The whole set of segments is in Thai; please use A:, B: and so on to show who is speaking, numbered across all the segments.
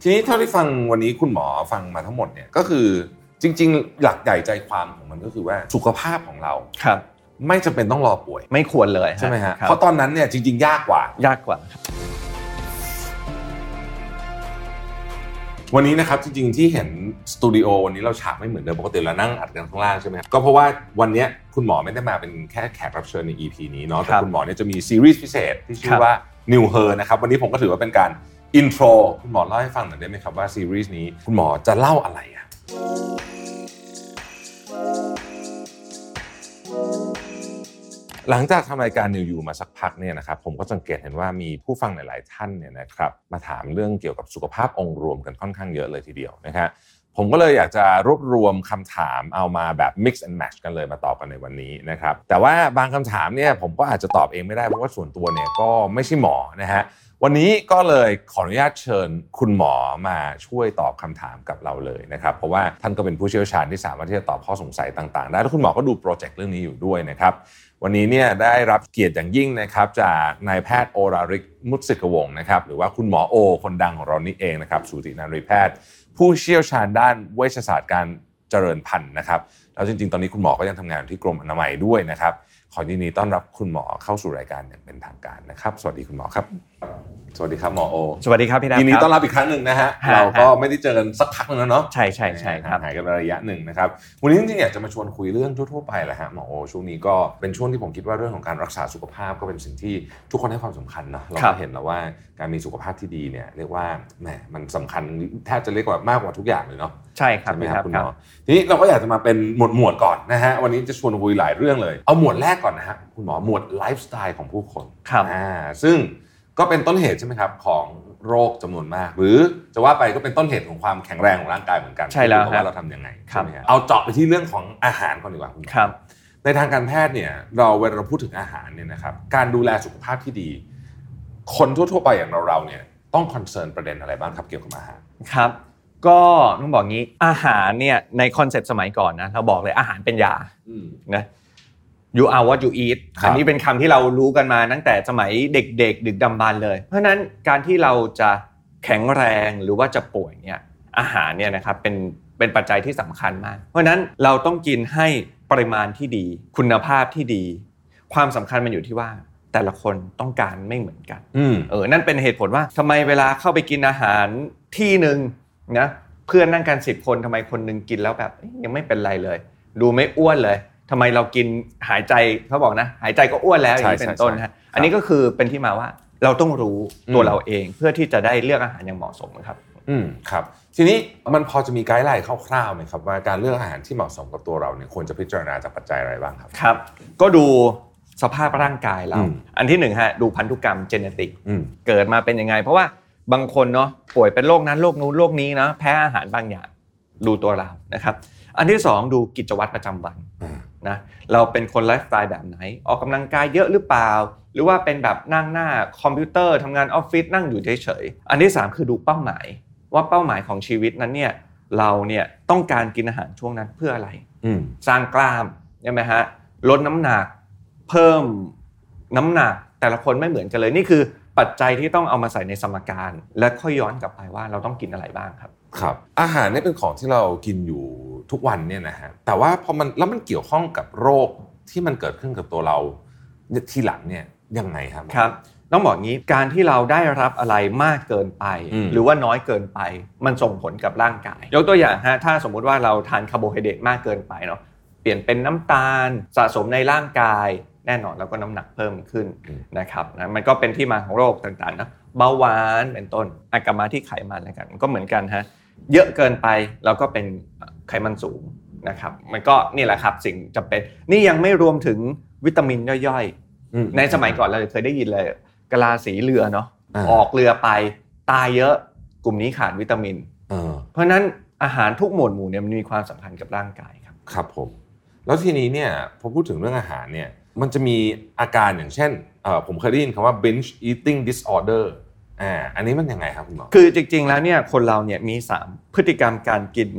A: ทีนี้เท่าที่ฟังวันนี้คุณหมอฟังมาทั้งหมดเนี่ยก็คือจริง ๆ หลักใหญ่ใจความของมันก็คือว่าสุขภาพของเรา
B: ครับ
A: ไม่จำเป็นต้องรอป่วย
B: ไม่ควรเลย
A: ใช่ไหมฮะ
B: ครับ
A: เพราะตอนนั้นเนี่ยจริง ๆ ยากกว่า
B: ยากกว่า
A: วันนี้นะครับจริงๆที่เห็นสตูดิโอวันนี้เราฉากไม่เหมือนเดิมปกติเรานั่งอัดกันข้างล่างใช่ไหมครับก็เพราะว่าวันเนี้ยคุณหมอไม่ได้มาเป็นแค่แขกรับเชิญใน EP นี้เนาะแต่
B: ครับ
A: คุณหมอเนี่ยจะมีซีรีส์พิเศษที่ชื่
B: ครั
A: อบ ว่า New Her นะครับวันนี้ผมก็ถือว่าเป็นการอินโทรคุณหมอเล่าให้ฟังหน่อยได้ไหมครับว่าซีรีส์นี้คุณหมอจะเล่าอะไรอะหลังจากทำรายการนิวยูมาสักพักเนี่ยนะครับผมก็สังเกตเห็นว่ามีผู้ฟังหลาย ๆ ท่านเนี่ยนะครับมาถามเรื่องเกี่ยวกับสุขภาพองค์รวมกันค่อนข้างเยอะเลยทีเดียวนะฮะ ผมก็เลยอยากจะรวบรวมคำถามเอามาแบบ mix and match กันเลยมาตอบกันในวันนี้นะครับแต่ว่าบางคำถามเนี่ยผมก็อาจจะตอบเองไม่ได้เพราะว่าส่วนตัวเนี่ยก็ไม่ใช่หมอนะฮะวันนี้ก็เลยขออนุญาตเชิญคุณหมอมาช่วยตอบคำถามกับเราเลยนะครับเพราะว่าท่านก็เป็นผู้เชี่ยวชาญที่สามารถที่จะตอบข้อสงสัยต่างๆได้และคุณหมอก็ดูโปรเจกต์เรื่องนี้อยู่ด้วยนะครับวันนี้เนี่ยได้รับเกียรติอย่างยิ่งนะครับจากนายแพทย์โอราริกมุตสิกวงศ์นะครับหรือว่าคุณหมอโอ คนดังของเรานี่เองนะครับสูตินารีแพทย์ ผู้เชี่ยวชาญด้านเวชศาสตร์การเจริญพันธุ์นะครับ แล้วจริงๆ ตอนนี้คุณหมอก็ยังทำงานอยู่ที่กรมอนามัยด้วยนะครับ ขอยินดีต้อนรับคุณหมอเข้าสู่รายการอย่างเป็นทางการนะครับ สวัสดีคุณหมอครับ สวัสดีครับหมอโอ
B: สวัสดีครับพี่ดา
A: ยินดีต้อนรับอีกครั้งหนึ่งนะฮะ
B: ฮะ
A: เราก็ไม่ได้เจอกันสักพักหนึงแล้วเนาะ
B: ใช่ใช่ใช่ครับ
A: หายกันไประยะหนึ่งนะครับ วันนี้จริงๆ อยากจะมาชวนคุยเรื่องทั่วๆ ไปแหละฮะหมอโอช่วงนี้ก็เป็นช่วงที่ผมคิดว่าเรื่องของการรักษาสุขภาพก็เป็นสิ่งที่ทุกคนให้ความสำคัญเนอะเรา
B: ครั
A: ก็
B: บ
A: เห็นแล้วว่าการมีสุขภาพที่ดีเนี่ยเรียกว่าแหมมันสำคัญแทบจะเรียกว่ามากกว่าทุกอย่างเลยเนาะ
B: ใช่ครับ
A: ใช่ไหม
B: พี่
A: ค
B: ค
A: รั
B: รั
A: บบ คุณห
B: ครั
A: ม
B: บ
A: อทีนี้เราก็อยากจะมาเป็นหมวดหมวดก่อนนะฮะวันนี้จะชวนคุยหลายเรื่องเลย เอาหมวดแรกก่อนนะฮะคุณหมอหมวดไลฟ์สไตล์ของผู้คน
B: ครับ
A: อ่าซึ่งก็เป็นต้นเหตุใช่ไหมครับของโรคจำนวนมาก หรือจะว่าไปก็เป็นต้นเหตุของความแข็งแรงของร่างกายเหมือนกัน
B: ใช่แล้ว
A: ขึ้นอยู่กับว่า
B: ครับ
A: เราทำยังไง
B: ครับ
A: ใช่ไหมฮะเอาเจาะไปที่เรื่องของอาหารก่อนดีกว่าคุณหมอ
B: ครับ
A: ในทางการแพทย์เนี่ยเราเวลาเราพูดถึงอาหารเนี่ยนะครับการดูแลสุขภาพที่ดี คนทั่วๆไปอย่างเราเราๆเนี่ยต้องคอนเซิร์นประเด็นอะไรบ้างครับเกี่ยวกับอาหาร
B: ครับ ก็ต้องบอกงี้อาหารเนี่ยในคอนเซปต์สมัยก่อนนะเราบอกเลยอาหารเป็นยานะ you are what you eat
A: ครับ
B: อันนี้เป็นคำที่เรารู้กันมาตั้งแต่สมัยเด็ก ๆ ดึกดำบรรพ์เลย เพราะฉะนั้นการที่เราจะแข็งแรงหรือว่าจะป่วยเนี่ยอาหารเนี่ยนะครับเป็นเป็นปัจจัยที่สำคัญมาก เพราะฉะนั้นเราต้องกินให้ปริมาณที่ดี คุณภาพที่ดี ความสำคัญมันอยู่ที่ว่าแต่ละคนต้องการไม่เหมือนกัน
A: อืม
B: เออ นั่นเป็นเหตุผลว่าทำไมเวลาเข้าไปกินอาหารที่หนึ่งนะเพื่อนนั่งกันสิบคนทำไมคนหนึงกินแล้วแบบเอ๊ะยังไม่เป็นไรเลย ดูไม่อ้วนเลยทำไมเรากินหายใจเขาบอกนะ หายใจก็อ้วนแล้วอย่างนี้
A: ใช่
B: เป็นต้นนะฮะอันนี้ก็คือเป็นที่มาว่าเราต้องรู้ตั
A: อื
B: ว
A: ม
B: เราเองเพื่อที่จะได้เลือกอาหารอย่างเหมาะสมครับ
A: อืมครับทีนี้มันพอจะมีไกด์ไลน์คร่าวๆไหมครับว่าการเลือกอาหารที่เหมาะสมกับตัวเราเนี่ยควรจะพิจารณาจากปัจจัยอะไรบ้างครับ
B: ครับ ก็ดูสภาพร่างกายเรา
A: อืม
B: อันที่หนึ่งฮะดูพันธุกรรมเจเนติก
A: อืม
B: เกิดมาเป็นยังไง เพราะว่าบางคนเนาะป่วยเป็นโรคนั้นโรคนู้นโรคนี้นะแพ้อาหารบางอย่างดูตัวเรานะครับ อันที่สองดูกิจวัตรประจำวัน
A: อืม
B: นะเราเป็นคนไลฟ์สไตล์แบบไหน ออกกำลังกายเยอะหรือเปล่า หรือว่าเป็นแบบนั่งหน้าคอมพิวเตอร์ทำงานออฟฟิศนั่งอยู่เฉยๆอันที่สามคือดูเป้าหมาย ว่าเป้าหมายของชีวิตนั้นเนี่ยเราเนี่ยต้องการกินอาหารช่วงนั้นเพื่ออะไร
A: อืม
B: สร้างกล้ามใช่ไหมฮะลดน้ำหนัก เพิ่มน้ำหนักแต่ละคนไม่เหมือนกันเลย นี่คือปัจจัยที่ต้องเอามาใส่ในสมการ และค่อยย้อนกลับไปว่าเราต้องกินอะไรบ้างครับ
A: ครับอาหารเนี่ยเป็นของที่เรากินอยู่ทุกวันเนี่ยนะฮะแต่ว่าพอมันแล้วมันเกี่ยวข้องกับโรคที่มันเกิดขึ้นกับตัวเราทีหลังเนี่ยยังไงครับ
B: ครับต้องบอกงี้การที่เราได้รับอะไรมากเกินไป
A: อืม
B: หรือว่าน้อยเกินไป มันส่งผลกับร่างกาย ยกตัวอย่างฮะถ้าสมมุติว่าเราทานคาร์โบไฮเดรตมากเกินไปเนาะเปลี่ยนเป็นน้ำตาลสะสมในร่างกาย แน่นอนแล้วก็น้ำหนักเพิ่มขึ้นนะครับนะมันก็เป็นที่มาของโรคต่างๆนะเบาหวานเป็นต้นอากลับมาที่ไขมันแล้วกันมันก็เหมือนกันฮะเยอะเกินไปเราก็เป็นไขมันสูงนะครับมันก็นี่แหละครับสิ่งจำเป็นนี่ยังไม่รวมถึงวิตามินย่อยๆ
A: อืม
B: ในสมัยก่อนเราเคยได้ยินเลยกะลาสีเรือเนาะ
A: อ่า
B: ออกเรือไปตายเยอะกลุ่มนี้ขาดวิตามิน
A: เออ
B: เพราะฉะนั้นอาหารทุกหมวดหมู่เนี่ยมันมีความสำคัญกับร่างกายครับ
A: ครับผม แล้วทีนี้เนี่ยพอพูดถึงเรื่องอาหารเนี่ยมันจะมีอาการอย่างเช่นเอ่อผมเคยได้ยินคำว่า binge eating disorder อ่าอันนี้มันยังไงครับคุณหมอ
B: คือจริงๆแล้วเนี่ยคนเราเนี่ยมี 3 พฤติกรรมการกิน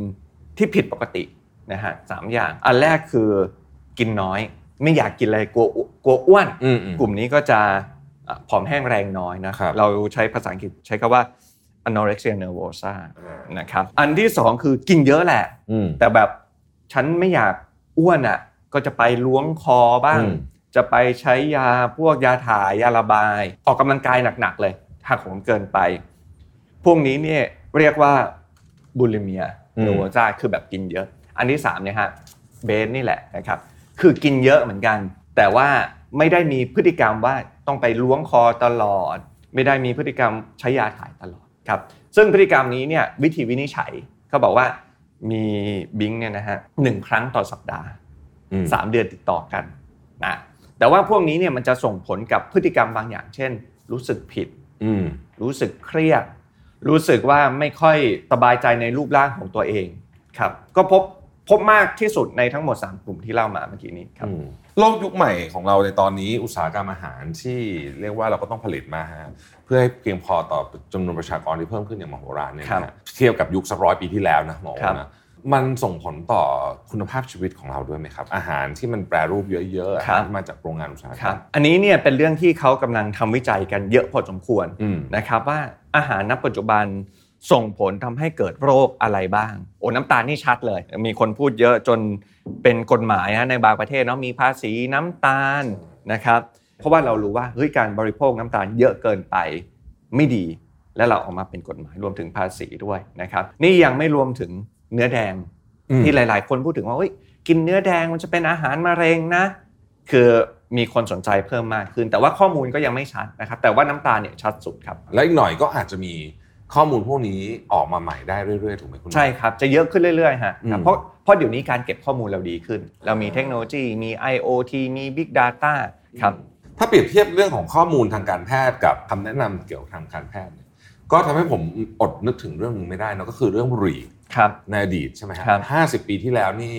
B: ที่ผิดปกตินะฮะสามอย่าง อันแรกคือกินน้อย ไม่อยากกินอะไรกลัวอ้วกลัวอ้วน
A: อืมอืม
B: กลุ่มนี้ก็จะอ่ะผอมแห้งแรงน้อยนะครับ เราใช้ภาษาอังกฤษใช้คำว่า anorexia nervosa นะครับอันที่สองคือกินเยอะแหละ
A: อืม
B: แต่แบบฉันไม่อยากอ้วนอ่ะก็จะไปล้วงคอบ้าง
A: อืม
B: จะไปใช้ยาพวกยาถ่ายยาระบาย ออกกำลังกายหนักๆเลยหักโหมเกินไป พวกนี้เนี่ยเรียกว่าบูลิเมียโนโวจาคือแบบกินเยอะ อันที่สามเนี่ยฮะเบสนี่แหละนะครับ คือกินเยอะเหมือนกัน แต่ว่าไม่ได้มีพฤติกรรมว่าต้องไปล้วงคอตลอด ไม่ได้มีพฤติกรรมใช้ยาถ่ายตลอดครับ ซึ่งพฤติกรรมนี้เนี่ยวิธีวินิจฉัยเขาบอกว่ามีบิงเนี่ยนะฮะหนึ่งครั้งต่อสัปดาห์
A: อืม
B: สามเดือนติดต่อกันนะแต่ว่าพวกนี้เนี่ยมันจะส่งผลกับพฤติกรรมบางอย่าง เช่น รู้สึกผิด
A: อืม
B: รู้สึกเครียด รู้สึกว่าไม่ค่อยสบายใจในรูปร่างของตัวเองครับ ก็พบพบมากที่สุดในทั้งหมด 3 กลุ่มที่เล่ามาเมื่อกี้นี้ครับ
A: อืมโลกยุคใหม่ของเราในตอนนี้อุตสาหกรรมอาหารที่เรียกว่าเราก็ต้องผลิตมาฮะเพื่อให้เพียงพอต่อจำนวนประชากรที่เพิ่มขึ้นอย่างมโหฬารเนี่ยนะฮะเทียบกับยุคสักร้อยปีที่แล้วนะหมอ
B: ครับ
A: นะมันส่งผลต่อคุณภาพชีวิตของเราด้วยไหมครับ อาหารที่มันแปรรูปเยอะๆอาหารที่มาจากโรงงานอุตสาหกร
B: ครั
A: ร
B: บ
A: ม
B: อันนี้เนี่ยเป็นเรื่องที่เขากำลังทำวิจัยกันเยอะพอสมควร
A: อืม
B: นะครับว่าอาหารณปัจจุบันส่งผลทำให้เกิดโรคอะไรบ้าง โอ้น้ำตาลนี่ชัดเลย มีคนพูดเยอะจนเป็นกฎหมายนะในบางประเทศเนาะมีภาษีน้ำตาลนะครับ เพราะว่าเรารู้ว่าเฮ้ยการบริโภคน้ำตาลเยอะเกินไปไม่ดี และเราเออกมาเป็นกฎหมายรวมถึงภาษีด้วยนะครับนี่ยังไม่รวมถึงเนื้อแดง
A: อืม
B: ที่หลาย ๆ คนพูดถึงว่าเอ้ยกินเนื้อแดงมันจะเป็นอาหารมะเร็งนะ คือมีคนสนใจเพิ่มมากขึ้น แต่ว่าข้อมูลก็ยังไม่ชัดนะครับ แต่ว่าน้ำตาลเนี่ยชัดสุดครับ
A: และอีกหน่อยก็อาจจะมีข้อมูลพวกนี้ออกมาใหม่ได้เรื่อยๆถูกไหมคุณหมอ
B: ใช่ครับ จะเยอะขึ้นเรื่อย ๆ ฮะ
A: อืม
B: เพราะเพราะเดี๋ยวนี้การเก็บข้อมูลเราดีขึ้น เรามีเทคโนโลยีมี IoT มี Big Data ครับ
A: ถ้าเปรียบเทียบเรื่องของข้อมูลทางการแพทย์กับคำแนะนำเกี่ยวกับทางการแพทย์เนี่ยก็ทำให้ผมอดนึกถึงเรื่องหนึงไม่ได้นะก็คือเรื่องบุหรี่
B: ครับ
A: ในอดีตใช่ไหมฮะ
B: ครับ
A: ห้าสิบปีที่แล้วนี่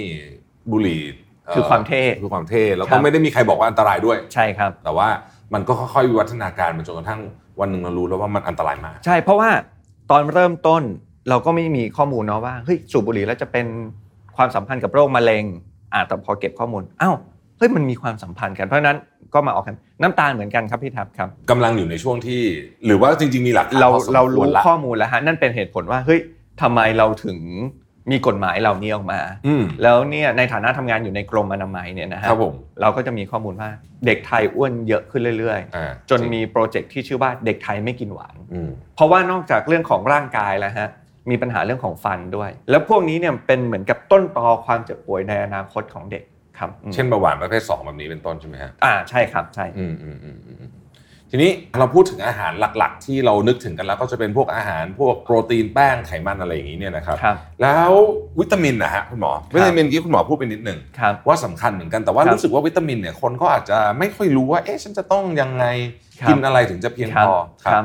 A: บุหรี่เ
B: คือความเท่
A: คือความเท่แล้ว
B: ครั
A: ก็
B: บ
A: ไม่ได้มีใครบอกว่าอันตรายด้วย
B: ใช่ครับ
A: แต่ว่ามันก็ค่อยๆวิวัฒนาการมาจนกระทั่งวันหนึ่งเรารู้แล้วว่ามันอันตรายมาก
B: ใช่เพราะว่าตอนเริ่มต้นเราก็ไม่มีข้อมูลเนาะว่าเฮ้ยสูบบุหรี่แล้วจะเป็นความสัมพันธ์กับโรคมะเร็งอ่าแต่พอเก็บข้อมูลอ้าวเฮ้ยมันมีความสัมพันธ์กันเพราะฉะนั้นก็มาออกกันน้ำตาลเหมือนกันครับพี่ทับครับ
A: กำลังอยู่ในช่วงที่ หรือว่าจริง ๆ มีหลักฐน
B: เรา
A: พอสม
B: เรา
A: คว
B: รู้
A: ละ
B: ข้อมูลแล้วฮะนั่นเป็นเหตุผลว่าเฮ้ยทำไมเราถึงมีกฎหมายเหล่านี้ออกมา
A: อืม
B: แล้วเนี่ยในฐานะทำงานอยู่ในกรมอนามัยเนี่ยนะฮะ
A: ครับผม
B: เราก็จะมีข้อมูลว่าเด็กไทยอ้วนเยอะขึ้นเรื่อย
A: อ่า
B: ๆ จนมีโปรเจกต์ที่ชื่อว่าเด็กไทยไม่กินหวาน
A: อืม
B: เพราะว่านอกจากเรื่องของร่างกายแล้วฮะมีปัญหาเรื่องของฟันด้วย แล้วพวกนี้เนี่ยเป็นเหมือนกับต้นตอความเจ็บป่วยในอนาคตของเด็กครับอืม
A: เช่นเบาหวานประเภทสองแบบนี้เป็นต้นใช่ไหมฮะ
B: อ่าใช่ครับใช่
A: อืมอืมอืมอืมอืมทีนี้เราพูดถึงอาหารหลักๆ ที่เรานึกถึงกันแล้วก็จะเป็นพวกอาหารพวกโปรตีนแป้งไขมันอะไรอย่างนี้เนี่ยนะครับ
B: ครับ
A: แล้ววิตามินนะฮะคุณหมอ วิตามินที่คุณหมอพูดไปนิดหนึ่ง
B: ครับ
A: ว่าสำคัญเหมือนกันแต่ว่า
B: ครับ
A: รู้สึกว่าวิตามินเนี่ยคนก็อาจจะไม่ค่อยรู้ว่าเอ๊ะฉันจะต้องยังไง
B: ครับ
A: กินอะไรถึงจะเพียง
B: ครั
A: พ
B: บ
A: อ
B: ครับ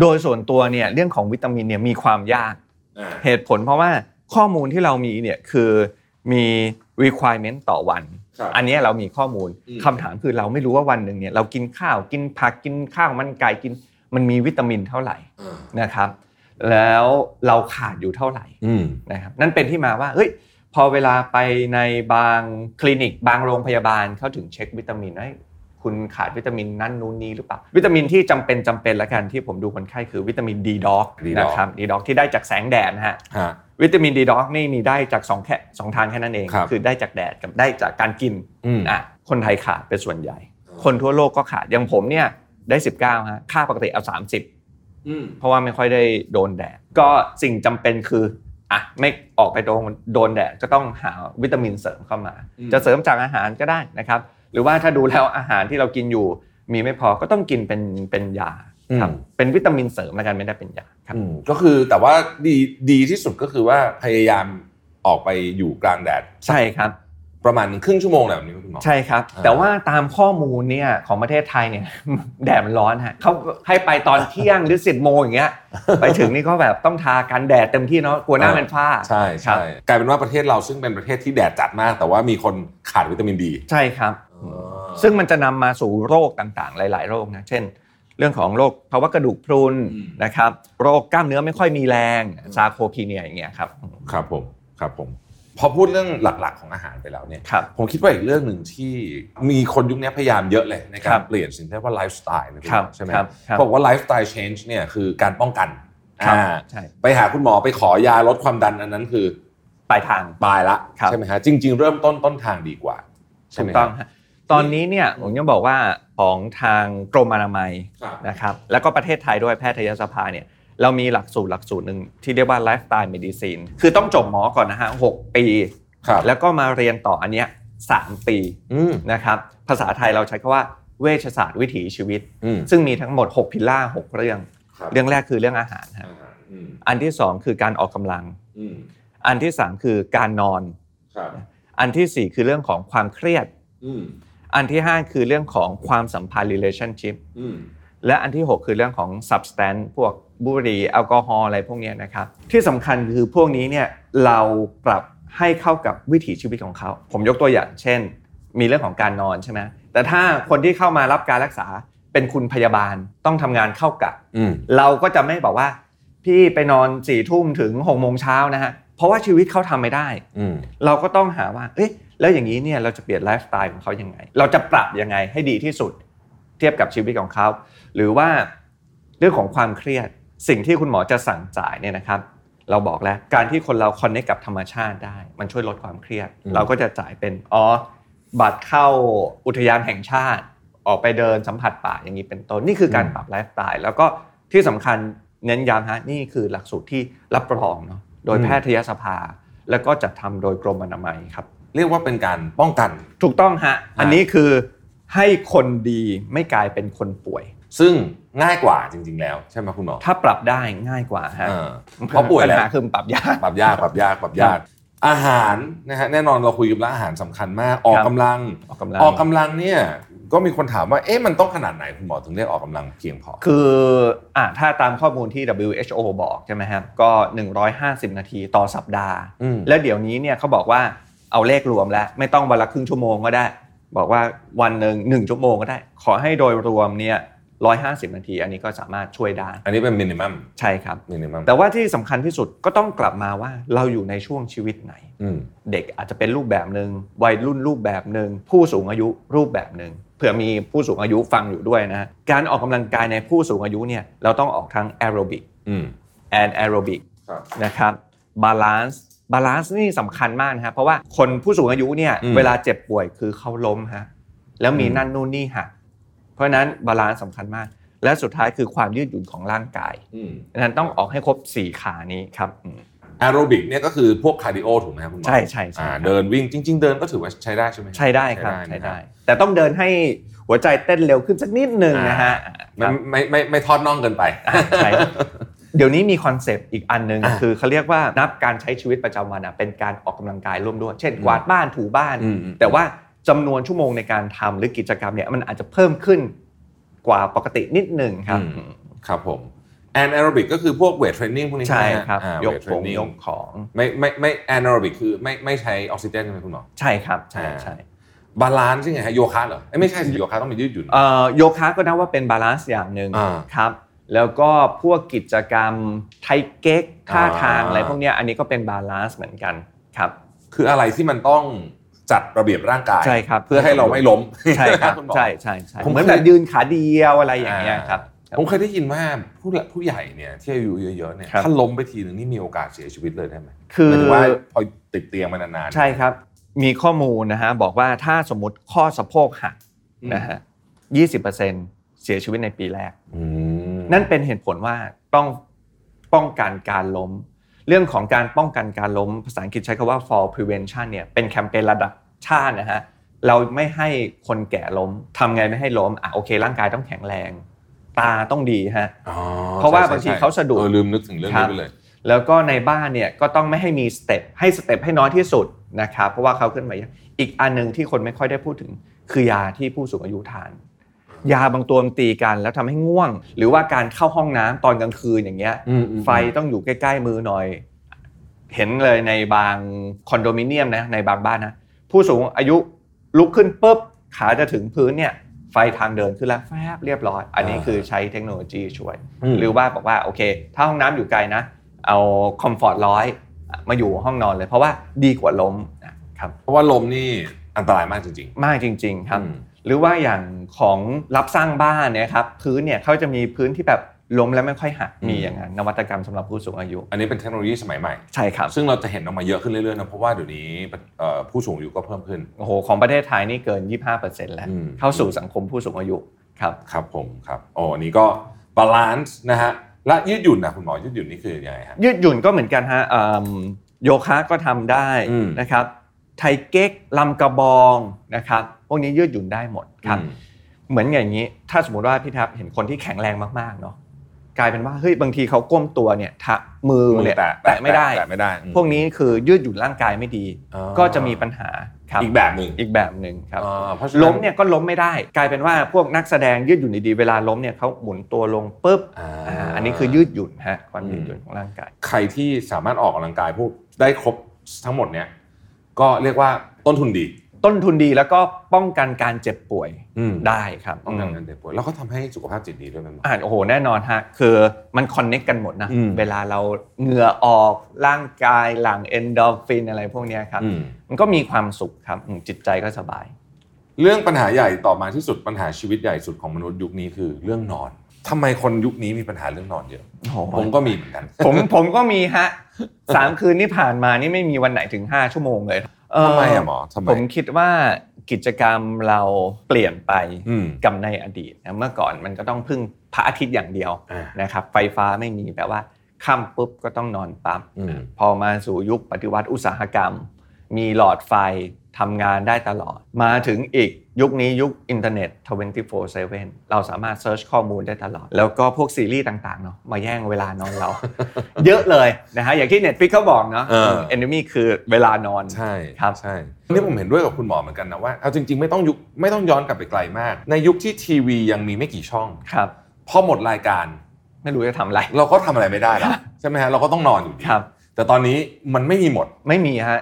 B: โดยส่วนตัวเนี่ยเรื่องของวิตามินเนี่ยมีความยาก
A: อ่า
B: เหตุผลเพราะว่าข้อมูลที่เรามีเนี่ยคือมี requirement ต่อวัน
A: ครับ
B: อันเนี้ยเรามีข้อมูล
A: อืม
B: คำถามคือเราไม่รู้ว่าวันหนึ่งเนี่ยเรากินข้าวกินผักกินข้าวมันไก่กิน มันมีวิตามินเท่าไหร่
A: อ่า
B: นะครับ แล้วเราขาดอยู่เท่าไหร่
A: อืม
B: นะครับนั่นเป็นที่มาว่าเฮ้ยพอเวลาไปในบางคลินิก บางโรงพยาบาลเขาถึงเช็ควิตามินว่าเฮ้ยคุณขาดวิตามินนั่นนู่นนี่หรือเปล่า วิตามินที่จำเป็นจำเป็นละกันที่ผมดูคนไข้คือวิตามินดีด็อก
A: D-Doc
B: นะครับดีด็อกที่ได้จากแสงแดดนะฮะ
A: ฮะ
B: วิตามินดีด็อกนี่มีได้จากสองแค่สองทางแค่นั้นเอง
A: ครับ
B: อได้จากแดดกับได้จากการกิน
A: อืม
B: อ่ะคนไทยขาดเป็นส่วนใหญ่
A: อ๋อ
B: คนทั่วโลกก็ขาดอย่างผมเนี่ยได้ 19ฮะค่าปกติเอา30
A: อืม
B: เพราะว่าไม่ค่อยได้โดนแดด ก็สิ่งจำเป็นคืออ่ะไม่ออกไปโดนโดนแดดก็ต้องหาวิตามินเสริมเข้ามา จะเสริมจากอาหารก็ได้นะครับ หรือว่าถ้าดูแล้วอาหารที่เรากินอยู่ มีไม่พอก็ต้องกินเป็นเป็นยาครับเป็นวิตามินเสริมแล้วกันไม่ได้เป็นยาครับ
A: อืมก็คือแต่ว่าดีดีที่สุดก็คือว่าพยายามออกไปอยู่กลางแดด
B: ใช่ครับ
A: ประมาณครึ่งชั่วโมงแหละแบบนี้ไหมคุณหมอ
B: ใช่ครับ
A: อ่า
B: แต่ว่าตามข้อมูลเนี่ยของประเทศไทยเนี่ย แดดมันร้อนฮะเขาให้ไปตอนเที่ย งหรือสิบโมงอย่างเงี้ยไปถึงนี่ก็แบบต้องทากันแดดเต็มที่เนาะกลัวหน้าเป็นฝ้า
A: ใช่ใช่กลายเป็นว่าประเทศเราซึ่งเป็นประเทศที่แดดจัดมาก แต่ว่ามีคนขาดวิตามินดี
B: ใช่ครับ ซึ่งมันจะนำมาสู่โรคต่างๆ หลาย ๆ โรคนะ เช่น เรื่องของโรคภาวะกระดูกพรุนนะครับ โรคกล้ามเนื้อไม่ค่อยมีแรง ซาโคพีเนียอย่างเงี้ยครับ
A: ครับผมครับผม พอพูดเรื่องหลักๆของอาหารไปแล้วเนี่ย
B: ครับ
A: ผมคิดว่าอีกเรื่องหนึ่งที่มีคนยุคนี้พยายามเยอะเลยในกา
B: ครั
A: ร
B: บ
A: เปลี่ยนสิ่งที่เรียกว่าไลฟ์สไตล์นะครับ ใช่ไหม
B: ครับครับ
A: เขาบอกว่าไลฟ์สไตล์ change เนี่ยคือการป้องกัน
B: ครับ
A: อ่า
B: ใช่
A: ไปหาคุณหมอไปขอยาลดความดันอันนั้นคือ
B: ปลายทาง
A: ตายละ
B: ครับ
A: ใช่ไหมฮะจริง ๆ เริ่มต้นต้นทางดีกว่า ใช่
B: ถู
A: ไหมฮะ
B: กต้องฮะตอนนี้เนี่ยผมยังบอกว่าของทางกรมอนามัย
A: ครับ
B: นะครับแล้วก็ประเทศไทยด้วยแพทยสภาเนี่ยเรามีหลักสูตรหลักสูตรหนึ่งที่เรียกว่าไลฟ์สไตล์เมดิซินคือต้องจบหมอก่อนนะฮะหกปี
A: ครับ
B: แล้วก็มาเรียนต่ออันเนี้ยสามปี
A: อืม
B: นะครับภาษาไทยเราใช้คำว่าเวชศาสตร์วิถีชีวิต
A: อืม
B: ซึ่งมีทั้งหมด 6 พิลล่า6เรื่อง
A: ครับ
B: เรื่องแรกคือเรื่องอาหารฮะ
A: อ่าอืม
B: อันที่ 2 คือการออกกำลัง
A: อืม
B: อันที่ 3 คือการนอน
A: ครับ
B: อันทีสี่4 คือเรื่องของความเครียด
A: อืม
B: อันที่ 5 คือเรื่องของความสัมพันธ์ relationship
A: อืม
B: และอันที่ 6 คือเรื่องของ substance พวกบุหรี่แอลกอฮอล์อะไรพวกเนี้ยนะครับ ที่สำคัญคือพวกนี้เนี่ยเราปรับให้เข้ากับวิถีชีวิตของเขา ผมยกตัวอย่างเช่น มีเรื่องของการนอนใช่ไหมแต่ถ้าคนที่เข้ามารับการรักษาเป็นคุณพยาบาลต้องทำงานเข้ากะ
A: อืม
B: เราก็จะไม่บอกว่าพี่ไปนอนสี่ทุ่มถึงหกโมงเช้านะฮะเพราะว่าชีวิตเขาทำไม่ได้
A: อืม
B: เราก็ต้องหาว่า เอ๊ะ แล้วอย่างนี้เนี่ยเราจะเปลี่ยนไลฟ์สไตล์ของเขายังไง เราจะปรับยังไงให้ดีที่สุด เทียบกับชีวิตของเขา หรือว่าเรื่องของความเครียด สิ่งที่คุณหมอจะสั่งจ่ายเนี่ยนะครับ เราบอกแล้ว การที่คนเราคอนเนคกับธรรมชาติได้ มันช่วยลดความเครียด
A: อืม
B: เราก็จะจ่ายเป็น อ๋อ บัตรเข้าอุทยานแห่งชาติ ออกไปเดินสัมผัสป่าอย่างนี้เป็นต้น นี่คือการปรับไลฟ์สไตล์ แล้วก็ที่สำคัญเน้นย้ำฮะ นี่คือหลักสูตรที่รับรองเนาะ โดยแพทยสภา แล้วก็จัดทำโดยกรมอนามัยครับ
A: เรียกว่าเป็นการป้องกัน
B: ถูกต้องฮะ อันนี้คือให้คนดีไม่กลายเป็นคนป่วย
A: ซึ่งง่ายกว่าจริง ๆ แล้วใช่ไหมคุณหมอ
B: ถ้าปรับได้ง่ายกว่าฮะ
A: เออเพราะป่วยแล้
B: ปั
A: ว
B: ญหาคือมันปรับยาก
A: ปรับยากปรับยากปรับยาก อาหารนะฮะแน่นอนเราคุยกันแล้วอาหารสำคัญมาก ออก
B: ครับ
A: กำลัง
B: ออกกำลัง
A: ออกกำลังเนี่ยก็มีคนถามว่าเอ๊ะมันต้องขนาดไหนคุณหมอถึงเรียกออกกำลังเพียงพอ
B: คืออ่ะถ้าตามข้อมูลที่ WHO บอกใช่ไหมครับ ก็ 150 นาทีต่อสัปดาห์
A: อืม
B: และเดี๋ยวนี้เนี่ยเขาบอกว่าเอาเลขรวมแล้ว ไม่ต้องวันละครึ่งชั่วโมงก็ได้ บอกว่าวันหนึ่งหนึ่งชั่วโมงก็ได้ ขอให้โดยรวมเนี่ย150 นาที อันนี้ก็สามารถช่วยได้
A: อันนี้เป็นมินิมัม
B: ใช่ครับ
A: มินิมัม
B: แต่ว่าที่สำคัญที่สุดก็ต้องกลับมาว่าเราอยู่ในช่วงชีวิตไหน
A: อืม
B: เด็กอาจจะเป็นรูปแบบหนึ่งวัยรุ่นรูปแบบหนึ่งผู้สูงอายุรูปแบบหนึ่งเผื่อมีผู้สูงอายุฟังอยู่ด้วยนะการออกกำลังกายในผู้สูงอายุเนี่ยเราต้องออกทั้งแอโรบิก
A: อืม
B: แอนแอโรบิก
A: ครับ
B: นะครับบาลานซ์บาลานซ์นี่สำคัญมากนะครับเพราะว่าคนผู้สูงอายุเนี่ย
A: อืม
B: เวลาเจ็บป่วยคือเขาล้มฮะแล้วมี
A: อืม
B: นั่นนู่นนี่หักเพราะฉะนั้นบาลานซ์สำคัญมาก และสุดท้ายคือความยืดหยุ่นของร่างกาย
A: อืม
B: ดังนั้นต้องออกให้ครบสี่ขานี้ครับอืม
A: แอโรบิกเนี่ยก็คือพวกคาร์ดิโอถูกไหมครับคุณหมอ
B: ใช่ใช่ใช่
A: อ่า
B: ครับ
A: เดินวิ่งจริง ๆ เดินก็ถือว่าใช้ได้ใช่ไหม
B: ใช้ได้ครับใช้
A: นะ
B: ได้ แต่ต้องเดินให้หัวใจเต้นเร็วขึ้นสักนิดหนึ่งนะฮะ
A: ไม่ไม่ไม่ไม่ทอดน่องเกินไป
B: อ่าใช่เดี๋ยวนี้มีคอนเซปต์อีกอันหนึ่ง
A: อ่า
B: คือเขาเรียกว่านับการใช้ชีวิตประจำวันอะเป็นการออกกำลังกายร่วมด้วย เช่น กวาดบ้านถูบ้าน
A: อืมอืม
B: แต่ว่าจำนวนชั่วโมงในการทำหรือกิจกรรมเนี่ยมันอาจจะเพิ่มขึ้นกว่าปกตินิดหนึ่งครับ
A: ครับผมแอนแอโรบิกก็คือพวกเวทเทรนนิ่งพวกนี้
B: ใช่ครับ
A: อ่าย เว
B: ก
A: ทเท
B: ข
A: ร
B: อน ง
A: นิ่ง
B: ยกของ
A: ไม่ไม่ไม่แอนแอโรบิกคือไม่ไม่ใช้ออกซิเจนใช่ไหมคุณหมอ
B: ใช่ครับใช่ใช่
A: บาลานซ์ยังไงฮะโยคะเหรอเอ้ยไม่ใช่สิโยคะต้องมียืดหยุ่น
B: เอ่อโยคะก็นับว่าเป็นบาลานซ์อย่างหนึ่ง
A: อ่า
B: ครับแล้วก็พวกกิจกรรมไทยเก๊กท่าทางอะไรพวกเนี้ยอันนี้ก็เป็นบาลานซ์เหมือนกันครับ
A: คืออะไรที่มันต้องจัดระเบียบร่างกาย
B: ใช่ครับ
A: เพื่อให้เราไม่ล้ม
B: ใช่ครับ
A: ณหมอ
B: ใช่ใช่ใช่
A: ผม
B: เหมือน
A: เคย
B: แบบยืนขาเดียวอะไรอย่างเงี้ยครับ
A: ผมเคยได้ยินว่าผู้หลักผู้ใหญ่เนี่ยที่อายุเยอะๆเนี่ย
B: ครับ
A: ถ้าล้มไปทีหนึ่งนี่มีโอกาสเสียชีวิตเลยได้ไหม
B: คื
A: ห
B: อ
A: มายถึงว่าพอติดเตียงมานานๆ
B: ใช่ครับ มีข้อมูลนะฮะบอกว่าถ้าสมมติข้อสะโพกหักนะฮะยี่สิบเปอร์เซ็นเสียชีวิตในปีแรก
A: อืม
B: นั่นเป็นเหตุผลว่าต้องป้องกันการล้ม เรื่องของการป้องกันการล้ม ภาษาอังกฤษใช้คำว่า fall prevention เนี่ยเป็นแคมเปญระดับชาตินะฮะเราไม่ให้คนแก่ล้มทำไงไม่ให้ล้มอ่ะโอเค ร่างกายต้องแข็งแรง ตาต้องดีฮะ
A: อ๋อ
B: เพราะว่า
A: ใช่
B: บางที
A: ใช่
B: เขาสะดุด
A: ออลืมนึกถึงเรื่อง
B: ครั
A: นี้
B: บ
A: ไปเลย
B: แล้วก็ในบ้านเนี่ยก็ต้องไม่ให้มีสเต็ปให้สเต็ปให้น้อยที่สุดนะครับเพราะว่าเขาขึ้นมาเยอะอีกอันหนึ่งที่คนไม่ค่อยได้พูดถึง คือยาที่ผู้สูงอายุทาน ยาบางตัวมันตีกันแล้วทำให้ง่วง หรือว่าการเข้าห้องน้ำตอนกลางคืนอย่างเงี้ย
A: อืมอืม
B: ไฟต้องอยู่ใกล้ ๆ มือหน่อย เห็นเลยในบางคอนโดมิเนียมนะในบางบ้านนะ ผู้สูงอายุลุกขึ้นปุ๊บ ขาจะถึงพื้นเนี่ย ไฟทางเดินขึ้นแล้วแฟบเรียบร้อย อันนี้คือใช้เทคโนโลยีช่วย
A: ม
B: หรือว่าบอกว่าโอเค ถ้าห้องน้ำอยู่ไกลนะ เอาคอมฟอร์ตร้อยมาอยู่ห้องนอนเลย เพราะว่าดีกว่าล้มนะครับ
A: เพราะว่าลมนี่อันตรายมากจริง
B: มากจริง ๆ
A: ๆ
B: ครับ
A: อืม
B: หรือว่าอย่างของรับสร้างบ้านเนี่ยครับพื้นเนี่ยเขาจะมีพื้นที่แบบ ล้มแล้วไม่ค่อยหัก
A: อืม
B: มีอย่างนั้นนวัตกรรมสำหรับผู้สูงอายุ
A: อันนี้เป็นเทคโนโลยีสมัยใหม่
B: ใช่ครับ
A: ซึ่งเราจะเห็นออกมาเยอะขึ้นเรื่อยๆนะเพราะว่าเดี๋ยวนี้เอ่อผู้สูงอายุก็เพิ่มขึ้น
B: โอ้โหของประเทศไทยนี่เกิน 25%แล้ว
A: อืม
B: เข้าสู่สังคมผู้สูงอายุครับ
A: ครับผมครับอ๋ออันนี้ก็บาลานซ์นะฮะและยืดหยุ่นนะคุณหมอยืดหยุ่นนี่คือยังไงฮะ
B: ยืดหยุ่นก็เหมือนกันฮะเอิ่มโยคะก็ทำได้
A: อืม
B: นะครับ ไทยเก๊กลำกระบองนะครับพวกนี้ยืดหยุ่นได้หมดครับ
A: อืม
B: เหมือนอย่างนี้ ถ้าสมมติว่าพี่ทับเห็นคนที่แข็งแรงมากๆเนาะกลายเป็นว่าเฮ้ยบางทีเขาก้มตัวเนี่ยทะมือเนี่ย
A: แตะ
B: แตะไม่ได้
A: แตะไม่ได้อืม
B: พวกนี้คือยืดหยุ่นร่างกายไม่ดี
A: อ๋อ
B: ก็จะมีปัญหาครับ
A: อีกแบบหนึ่ง
B: อีกแบบหนึ่งครับ
A: อ่าเพราะฉะ
B: ล้มเนี่ยก็ล้มไม่ได้ กลายเป็นว่าพวกนักแสดงยืดหยุ่นดีๆเวลาล้มเนี่ยเขาหมุนตัวลงปุ๊บ
A: อ่า
B: อ่าอันนี้คือยืดหยุ่นฮะความยืดหยุ่นของร่างกาย
A: ใครที่สามารถออกกำลังกายพวกได้ครบทั้งหมดเนี่ยก็เรียกว่าต้นทุนดี
B: ต้นทุนดีแล้วก็ป้องกันการเจ็บป่วยได้ครับ
A: ป้องกันการเจ็บป่วยแล้วก็ทำให้สุขภาพจิตดีด้วยไหมหมอ
B: อ่านโอ้โหแน่นอนฮะคือมันคอนเน็กกันหมดนะ
A: อืม
B: เวลาเราเหงื่อออกร่างกายหลั่งเอนโดรฟินอะไรพวกเนี้ยครับ
A: อืม
B: มันก็มีความสุขครับอืมจิตใจก็สบาย
A: เรื่องปัญหาใหญ่ต่อมาที่สุดปัญหาชีวิตใหญ่สุดของมนุษย์ยุคนี้คือเรื่องนอนทำไมคนยุคนี้มีปัญหาเรื่องนอนเยอะ ผมก็มีเหมือนกัน
B: ผม ผมก็มีฮะสามคืนที่ผ่านมานี่ไม่มีวันไหนถึง 5 ชั่วโมงเลยเ
A: ทำไมอะหมอทำไม
B: ผมคิดว่ากิจกรรมเราเปลี่ยนไป
A: อืม
B: กับในอดีตนะเมื่อก่อนมันก็ต้องพึ่งพระอาทิตย์อย่างเดียว
A: อ่า
B: นะครับไฟฟ้าไม่มีแปลว่าค่ำปุ๊บก็ต้องนอนปั๊บ
A: อืม
B: พอมาสู่ยุคปฏิวัติอุตสาหกรรม มีหลอดไฟทำงานได้ตลอด มาถึงอีกยุคนี้ยุคอินเทอร์เน็ต 24/7 เราสามารถเซิร์ชข้อมูลได้ตลอด แล้วก็พวกซีรีส์ต่างๆเนาะมาแย่งเวลานอนเรา เยอะเลยนะฮะอย่างที่ Netflix เขาบอกเนาะ
A: เออ
B: เอนมี่คือเวลานอน
A: ใช่
B: ครับ
A: ใช่นี่ผมเห็นด้วยกับคุณหมอเหมือนกันนะว่าเอาจริง ๆ ไม่ต้องยุคไม่ต้องย้อนกลับไปไกลมาก ในยุคที่ทีวียังมีไม่กี่ช่อง
B: ครับ
A: พอหมดรายการ
B: ไม่รู้จะทำอะไร
A: เราก็ทำอะไรไม่ได้แล้วใช่ไหมฮะเราก็ต้องนอนอยู่ดี
B: ครับ
A: แต่ตอนนี้มันไม่มีหมด
B: ไม่มีฮะ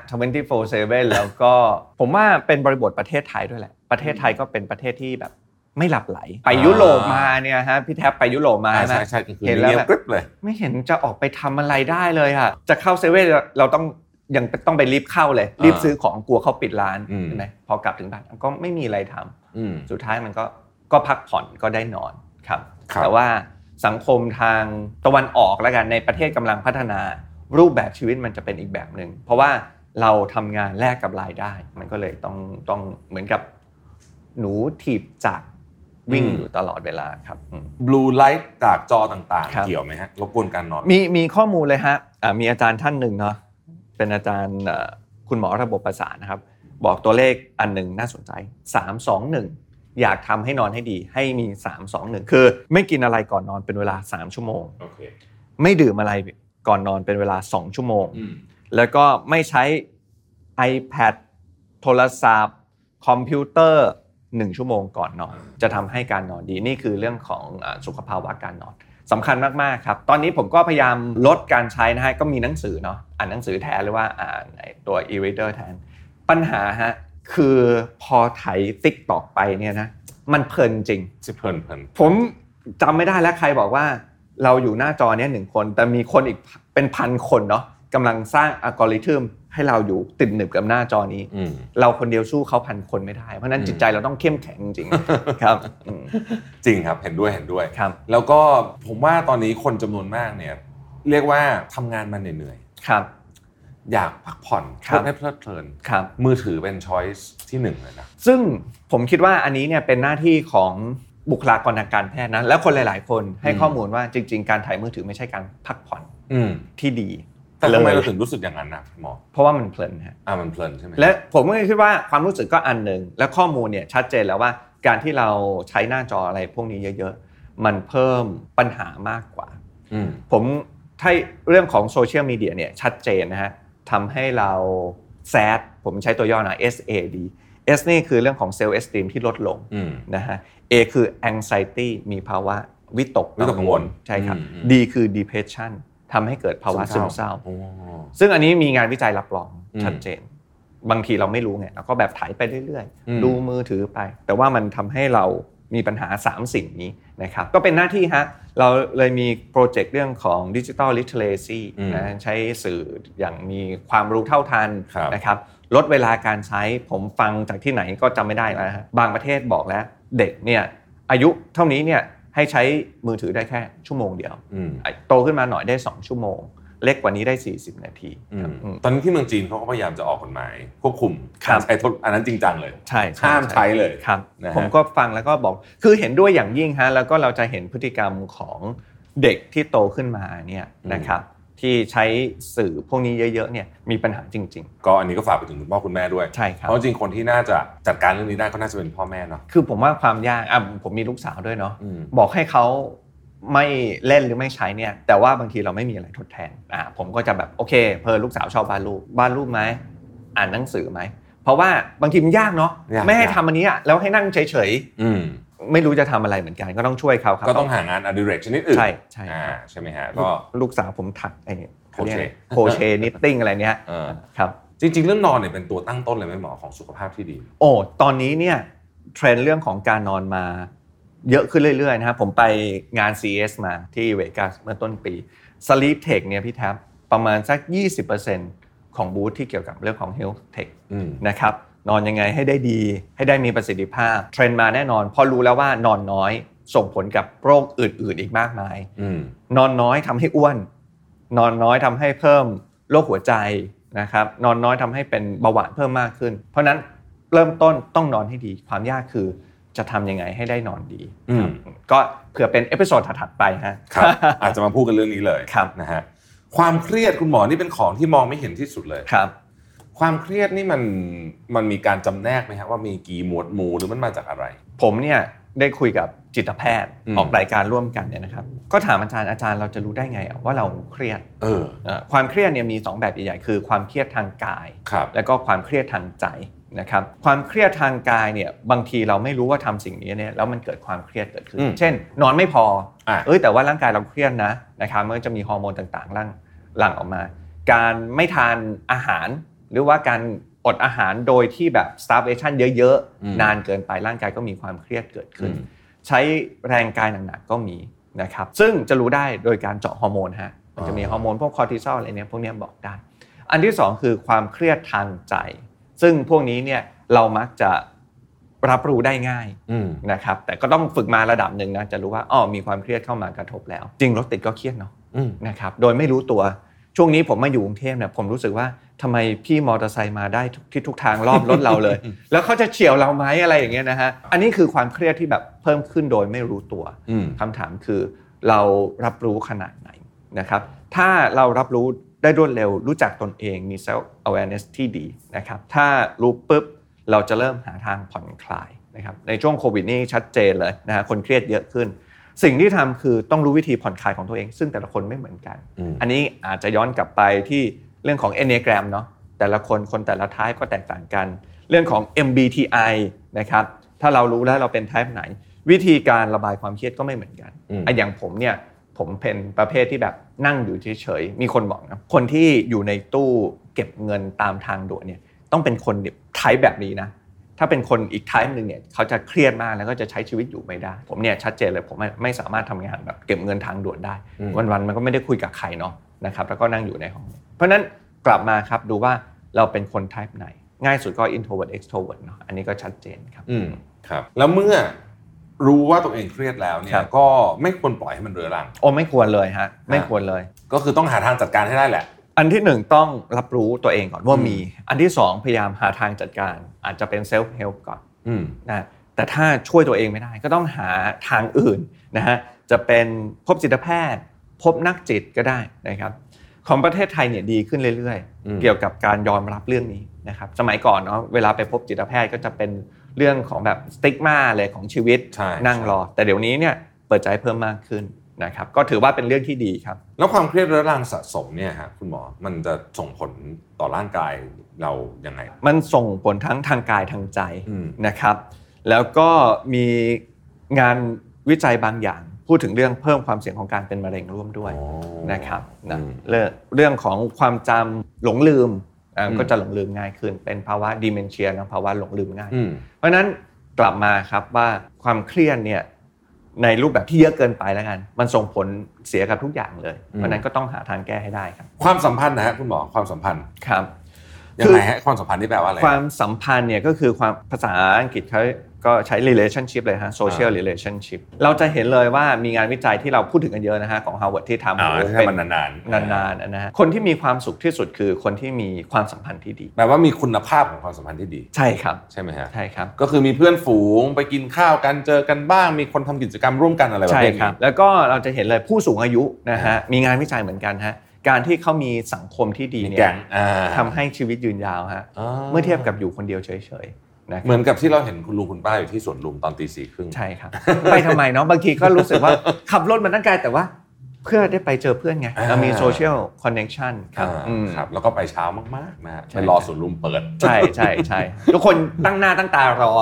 B: 24/7 แล้วก็ ผมว่าเป็นบริบทประเทศไทยด้วยแหละ ประเทศไทยก็เป็นประเทศที่แบบไม่หลับไหล ไปยุโรปมาเนี่ยฮะพี่แทบไปยุโรปมา
A: อ่า
B: ใช่
A: ใช่
B: ไห
A: ใช่ก
B: ม
A: ลางคืน
B: เห็น
A: น
B: แล้ว
A: เงียบ
B: แบบ
A: กริบเลย
B: ไม่เห็นจะออกไปทำอะไรได้เลยอะจะเข้าเซเว่นเราต้องยังต้องไปรีบเข้าเลย รีบซื้อของกลัวเขาปิดร้าน
A: อืม
B: ใช่ไหมพอกลับถึงบ้านก็ไม่มีอะไรทำ
A: อืม
B: สุดท้ายมันก็ก็พักผ่อนก็ได้นอนครับ
A: ครับ
B: แต่ว่าสังคมทางตะวันออกแล้วกันในประเทศกำลังพัฒนา รูปแบบชีวิตมันจะเป็นอีกแบบหนึ่งเพราะว่าเราทำงานแลกกับรายได้ มันก็เลยต้องต้องเหมือนกับหนูถีบจากวิ่งอยู่ตลอดเวลาครับอืม
A: บลูไลท์จากจอต่าง
B: ครั
A: ๆ
B: บ
A: เกี่ยวไหมฮะรบกวนการนอน
B: มีมีข้อมูลเลยฮะอ่ามีอาจารย์ท่านหนึ่งเนาะเป็นอาจารย์เอ่อคุณหมอระบบประสาทนะครับ บอกตัวเลขอันหนึ่งน่าสนใจ 3 2 1 อยากทำให้นอนให้ดี ให้มี 3 2 1 คือไม่กินอะไรก่อนนอนเป็นเวลา 3 ชั่วโมง
A: โอเค
B: ไม่ดื่มอะไรก่อนนอนเป็นเวลา 2 ชั่วโมง
A: อืม
B: แล้วก็ไม่ใช้ iPad โทรศัพท์ คอมพิวเตอร์ 1 ชั่วโมงก่อนนอน จะทำให้การนอนดี นี่คือเรื่องของอ่าสุขภาวะการนอนสำคัญมาก ๆ ครับ ตอนนี้ผมก็พยายามลดการใช้นะฮะ ก็มีหนังสือเนาะอ่านหนังสือแทนหรือว่าอ่านไอ้ตัว e-reader แทน ปัญหาฮะ คือพอไถติ๊กตอกไปเนี่ยนะ มันเพลินจริง
A: สิเพลินเพลิน
B: ผมจำไม่ได้แล้วใครบอกว่าเราอยู่หน้าจอเนี้ยหนึ่งคน แต่มีคนอีกเป็นพันคนเนาะกำลังสร้างอัลกอริทึมให้เราอยู่ติดหนึบกับหน้าจอนี้
A: อืม
B: เราคนเดียวสู้เขาพันคนไม่ได้ เพราะฉะนั้น
A: อืม
B: จิตใจเราต้องเข้มแข็งจริงๆ ครับอืม
A: จริงครับเห็นด้วยเห็นด้วย
B: ครับ
A: แล้วก็ผมว่าตอนนี้คนจำนวนมากเนี่ย เรียกว่าทำงานมาเหนื่อย
B: ครับ
A: ๆอยากพักผ่อนเพ
B: ครับ
A: ให้เพลิดเพลิน
B: ครับ
A: มือถือเป็นช้อยส์ที่หนึ่งเลยนะ
B: ซึ่งผมคิดว่าอันนี้เนี่ยเป็นหน้าที่ของบุคลากรทางการแพทย์นะและคนหลาย ๆ คนให้
A: อืม
B: ข้อมูลว่าจริง ๆ การถ่ายมือถือไม่ใช่การพักผ่อน
A: อืม
B: ที่ดี
A: แต่ทำไม
B: เล
A: เรา
B: ย
A: ถึงรู้สึกอย่างนั้นนะหมอ
B: เพราะว่ามันเพลินฮะ
A: อ่ามันเพลินใช่ไหม
B: และผมก็คิดว่าความรู้สึกก็อันหนึ่งและข้อมูลเนี่ยชัดเจนแล้วว่าการที่เราใช้หน้าจออะไรพวกนี้เยอะๆ มันเพิ่มปัญหามากกว่า
A: อืม
B: ผมถ้าเรื่องของโซเชียลมีเดียเนี่ยชัดเจนนะฮะทำให้เรา sad ผมใช้ตัวย่อนะ S A D S นี่คือเรื่องของ self esteem ที่ลดลง
A: อืม
B: นะฮะ A คือ anxiety มีภาวะวิตก
A: วิตกกังวล
B: ใช่ครับ
A: อืม
B: D คือ depression ทำให้เกิดภาวะซึมเศร้า
A: โอ้
B: ซึ่งอันนี้มีงานวิจัยรับรอง
A: อืม
B: ชัดเจน บางทีเราไม่รู้ไงเราก็แบบถ่ายไปเรื่อย
A: อืม
B: ๆ ดูมือถือไป แต่ว่ามันทำให้เรามีปัญหา 3 สิ่งนี้นะครับ ก็เป็นหน้าที่ฮะ เราเลยมีโปรเจกต์เรื่องของดิจิ t a ลลิเทเลซีนะใช้สื่ออย่างมีความรู้เท่าทัน
A: ครับ
B: นะครับลดเวลาการใช้ผมฟังจากที่ไหนก็จำไม่ได้แล้วนะฮะบางประเทศบอกแล้ว เด็กเนี่ยอายุเท่านี้เนี่ย ให้ใช้มือถือได้แค่ชั่วโมงเดียว
A: อืม
B: อ่ะโตขึ้นมาหน่อยได้ 2 ชั่วโมง เล็กกว่านี้ได้ 40 นาที
A: อื
B: ครับ
A: ม
B: อืม
A: ตอนนี้ที่เมืองจีนเขาก็พยายามจะออกกฎหมายควบคุม
B: ครับ
A: ใช้โทษอันนั้นจริงจังเลย
B: ใช่ช่
A: ห้ามใช้เลย
B: ครับ
A: นะฮะ
B: ผมก็ฟังแล้วก็บอกคือเห็นด้วยอย่างยิ่งฮะแล้วก็เราจะเห็นพฤติกรรมของเด็กที่โตขึ้นมาเนี่ยนะครับที่ใช้สื่อพวกนี้เยอะๆเนี่ยมีปัญหาจริง
A: ก็อันนี้ก็ฝากไปถึงคุณพ่อคุณแม่ด้วย
B: ๆ ใช่ครับ
A: เพราะจริงๆคนที่น่าจะจัดการเรื่องนี้ได้ก็น่าจะเป็นพ่อแม่เนาะ
B: คือผมว่าความยากอ่ะผมมีลูกสาวด้วยเนาะ
A: อืม
B: บอกให้เขาไม่เล่นหรือไม่ใช้เนี่ย แต่ว่าบางทีเราไม่มีอะไรทดแทนอ่ะผมก็จะแบบโอเค เพอลูกสาวชอบวาดรูปวาดรูปไหมอ่านหนังสือไหมเพราะว่าบางทีมันยากเนาะ
A: ยาก
B: ไม่ให้
A: ยาก
B: ทำอันนี้อ่ะแล้วให้นั่งเฉย
A: อืม
B: ๆไม่รู้จะทำอะไรเหมือนกันก็ต้องช่วยเขาครับ
A: ก็ต้องหางานอดิเรกชนิดอื่น
B: ใช่ใช่
A: อ่า
B: ครับ
A: ใช่ไหมฮะ
B: ลู
A: ก็
B: กลูกสาวผมถักไอ้ขารียกอะไร
A: โค
B: โค
A: เช
B: เชนิตติ้งอะไรเนี้ย
A: เออ
B: ครับ
A: จริง ๆ เรื่องนอนเนี่ยเป็นตัวตั้งต้นเลยไหมหมอของสุขภาพที่ดี
B: โอ้ตอนนี้เนี่ยเทรนด์เรื่องของการนอนมาเยอะขึ้นเรื่อยๆนะครับผมไปงาน CES มาที่เวกัสเมื่อต้นปี Sleep Tech เนี่ยพี่แท็บประมาณสัก 20%ของบูธที่เกี่ยวกับเรื่องของ Health Tech
A: อืม
B: นะครับนอนยังไงให้ได้ดีให้ได้มีประสิทธิภาพ เทรนด์มาแน่นอนเพราะรู้แล้วว่านอนน้อยส่งผลกับโรคอื่นๆอีกมากมาย
A: อืม
B: นอนน้อยทำให้อ้วน นอนน้อยทำให้เพิ่มโรคหัวใจนะครับ นอนน้อยทำให้เป็นเบาหวานเพิ่มมากขึ้น เพราะฉะนั้นเริ่มต้นต้องนอนให้ดี ความยากคือจะทำยังไงให้ได้นอนดี
A: อืม
B: ครับก็เผื่อเป็นเอพิโซดถัดๆไปฮะ
A: ครับ อาจจะมาพูดกันเรื่องนี้เลย
B: ครับ
A: นะฮะความเครียดคุณหมอนี่เป็นของที่มองไม่เห็นที่สุดเลย
B: ครับ
A: ความเครียดนี่มันมันมีการจำแนกไหมฮะว่ามีกี่หมวดหมู่หรือมันมาจากอะไร
B: ผมเนี่ยได้คุยกับจิตแพทย์
A: อืม
B: ออกรายการร่วมกันเนี่ยนะครับ ก็ถามอาจารย์อาจารย์เราจะรู้ได้ไงอะว่าเราเครียด
A: เออ
B: เอ่อความเครียดเนี่ยมีสองแบบใหญ่ๆคือความเครียดทางกาย
A: ครับ
B: แล้วก็ความเครียดทางใจนะครับความเครียดทางกายเนี่ยบางทีเราไม่รู้ว่าทำสิ่งนี้เนี่ยแล้วมันเกิดความเครียดเกิดขึ้น
A: อืม
B: เช่น นอนไม่พอ
A: อ่ะ
B: เอ้ยแต่ว่าร่างกายเราเครียดนะนะครับมันก็จะมีฮอร์โมนต่างๆหลั่งหลั่งออกมา การไม่ทานอาหาร หรือว่าการอดอาหารโดยที่แบบ starvation เยอะๆ นานเกินไปร่างกายก็มีความเครียดเกิดขึ้น ใช้แรงกายหนักๆก็มีนะครับซึ่งจะรู้ได้โดยการเจาะฮอร์โมนฮะมันจะมีฮอร์โมนพวกคอร์ติซอลอะไรเนี่ยพวกเนี้ยบอกได้ อันที่สองคือความเครียดทางใจ ซึ่งพวกนี้เนี่ยเรามักจะรับรู้ได้ง่าย
A: อืม
B: นะครับแต่ก็ต้องฝึกมาระดับหนึ่งนะจะรู้ว่าอ๋อมีความเครียดเข้ามากระทบแล้ว จริงรถติดก็เครียดเนาะ
A: อืม
B: นะครับโดยไม่รู้ตัวช่วงนี้ผมมาอยู่กรุงเทพเนี่ยผมรู้สึกว่าทำไมพี่มอเตอร์ไซค์มาได้ทุกที่ทุกทางรอบรถเราเลย แล้วเขาจะเฉียวเราไหมอะไรอย่างเงี้ยนะฮะอันนี้คือความเครียดที่แบบเพิ่มขึ้นโดยไม่รู้ตัว
A: อืม
B: คำถามคือเรารับรู้ขนาดไหนนะครับ ถ้าเรารับรู้ได้รวดเร็ว รู้จักตนเองมี self awareness ที่ดีนะครับ ถ้ารู้ปุ๊บเราจะเริ่มหาทางผ่อนคลายนะครับในช่วงโควิดนี่ชัดเจนเลยนะฮะคนเครียดเยอะขึ้น สิ่งที่ทำคือต้องรู้วิธีผ่อนคลายของตัวเอง ซึ่งแต่ละคนไม่เหมือนกัน
A: อืม
B: อันนี้อาจจะย้อนกลับไปที่เรื่องของ Enneagram เนาะแต่ละคนคนแต่ละท้ายก็แตกต่างกัน เรื่องของ MBTI นะครับถ้าเรารู้แล้วเราเป็น type ไหน วิธีการระบายความเครียดก็ไม่เหมือนกัน
A: อืม
B: อะอย่างผมเนี่ยผมเป็นประเภทที่แบบนั่งอยู่เฉยๆมีคนบอกนะคนที่อยู่ในตู้เก็บเงินตามทางด่วนเนี่ยต้องเป็นคนไทป์แบบนี้นะ ถ้าเป็นคนอีก type หนึ่งเนี่ยเขาจะเครียดมากแล้วก็จะใช้ชีวิตอยู่ไม่ได้ ผมเนี่ยชัดเจนเลยผมไม่ไม่สามารถทำงานแบบเก็บเงินทางด่วนได้
A: อืม
B: วันๆมันก็ไม่ได้คุยกับใครเนาะนะครับแล้วก็นั่งอยู่ในห้อง เพราะฉะนั้นกลับมาครับดูว่าเราเป็นคน type ไหน ง่ายสุดก็ introvert extrovert เนาะอันนี้ก็ชัดเจนครับ
A: อืมครับ แล้วเมื่อรู้ว่าตัวเองเครียดแล้วเนี่
B: ค
A: ย
B: รับ
A: ก็ไม่ควรปล่อยให้มันเรื้อรัง
B: โอ้ไม่ควรเลยฮะไม่ควรเลย
A: ก็คือต้องหาทางจัดการให้ได้แหละ
B: อันที่หนึ่งต้องรับรู้ตัวเองก่อนว่า
A: อืม
B: มี อันที่สองพยายามหาทางจัดการ อาจจะเป็นเซลฟ์เฮลป์ก่อน
A: อืม
B: นะแต่ถ้าช่วยตัวเองไม่ได้ก็ต้องหาทางอื่นนะฮะจะเป็นพบจิตแพทย์ พบนักจิตก็ได้นะครับ ของประเทศไทยเนี่ยดีขึ้นเรื่อย
A: อืม
B: ๆ เกี่ยวกับการยอมรับเรื่องนี้นะครับสมัยก่อนเนาะเวลาไปพบจิตแพทย์ก็จะเป็นเรื่องของแบบสติ๊กมาเลยของชีวิต
A: ใช่
B: นั่งรอ แต่เดี๋ยวนี้เนี่ยเปิดใจเพิ่มมากขึ้นนะครับก็ถือว่าเป็นเรื่องที่ดีครับ
A: แล้วความเครียดเรื้อรังสะสมเนี่ยฮะคุณหมอมันจะส่งผลต่อร่างกายเรายังไง
B: มันส่งผลทั้งทางกายทางใจ
A: อืม
B: นะครับ แล้วก็มีงานวิจัยบางอย่าง พูดถึงเรื่องเพิ่มความเสี่ยงของการเป็นมะเร็งร่วมด้วย
A: อ๋อ
B: นะครับนะ
A: อืม
B: เรื่องเรื่องของความจำหลงลืมอ่ะ
A: อืม
B: ก็จะหลงลืมง่ายขึ้น เป็นภาวะดิเมนเชียนะภาวะหลงลืมง่าย
A: อืม
B: เพราะฉะนั้นกลับมาครับว่าความเครียดเนี่ยในรูปแบบที่เยอะเกินไปแล้วกัน มันส่งผลเสียกับทุกอย่างเลย
A: อืม
B: เพราะฉะนั้นก็ต้องหาทางแก้ให้ได้ครับ
A: ความสัมพันธ์นะฮะคุณหมอความสัมพันธ์
B: ครับ
A: ยังไงฮะความสัมพันธ์นี่แปลว่าอะไร
B: ความสัมพันธ์เนี่ยก็คือความภาษาอังกฤษเขา ก็ใช้ relationship เลยฮะ social
A: อ่า
B: relationship เราจะเห็นเลยว่ามีงานวิจัยที่เราพูดถึงกันเยอะนะฮะของ Harvard ที่ทำ
A: อ่า
B: โอ้โห
A: ให้
B: เป็
A: มัน นนานๆ
B: นานๆนะฮะคนที่มีความสุขที่สุดคือคนที่มีความสัมพันธ์ที่ดี
A: แปลว่ามีคุณภาพของความสัมพันธ์ที่ดี
B: ใช่ครับ
A: ใช่ไหมฮะ
B: ใช่ครับ
A: ก็คือมีเพื่อนฝูงไปกินข้าวกันเจอกันบ้าง มีคนทำกิจกรรมร่วมกันอะไรประ
B: ใช่
A: เภท
B: ครั
A: นี้
B: บ แล้วก็เราจะเห็นเลยผู้สูงอายุนะฮะมีงานวิจัยเหมือนกันฮะการที่เขามีสังคมที่ดี
A: มี
B: เนี่
A: แก๊
B: ย
A: งอ่า
B: ทำให้ชีวิตยืนยาวฮะ
A: า
B: เมื่อเทียบกับอยู่คนเดียวเฉยๆนะครับ
A: เหมือนกับที่เราเห็นคุณลุงคุณป้าอยู่ที่สวนลุมตอนตีสี่ครึ่ง
B: ใช่ครับ ไปทำไมเนาะบางทีก็รู้สึกว่า ขับรถมันนั่งไกลแต่ว่า เพื่อได้ไปเจอเพื่อนไง
A: อ่า
B: เรามีโซเชียลคอนเน t ชันครับ
A: อ่า
B: อืม
A: ครับแล้วก็ไปเช้ามากๆนะฮะ
B: ใช่
A: ไปรอ
B: ครับ
A: สวนลุมเปิด
B: ใช่ใช่ ใช่ทุกคนตั้งหน้าตั้งตารอ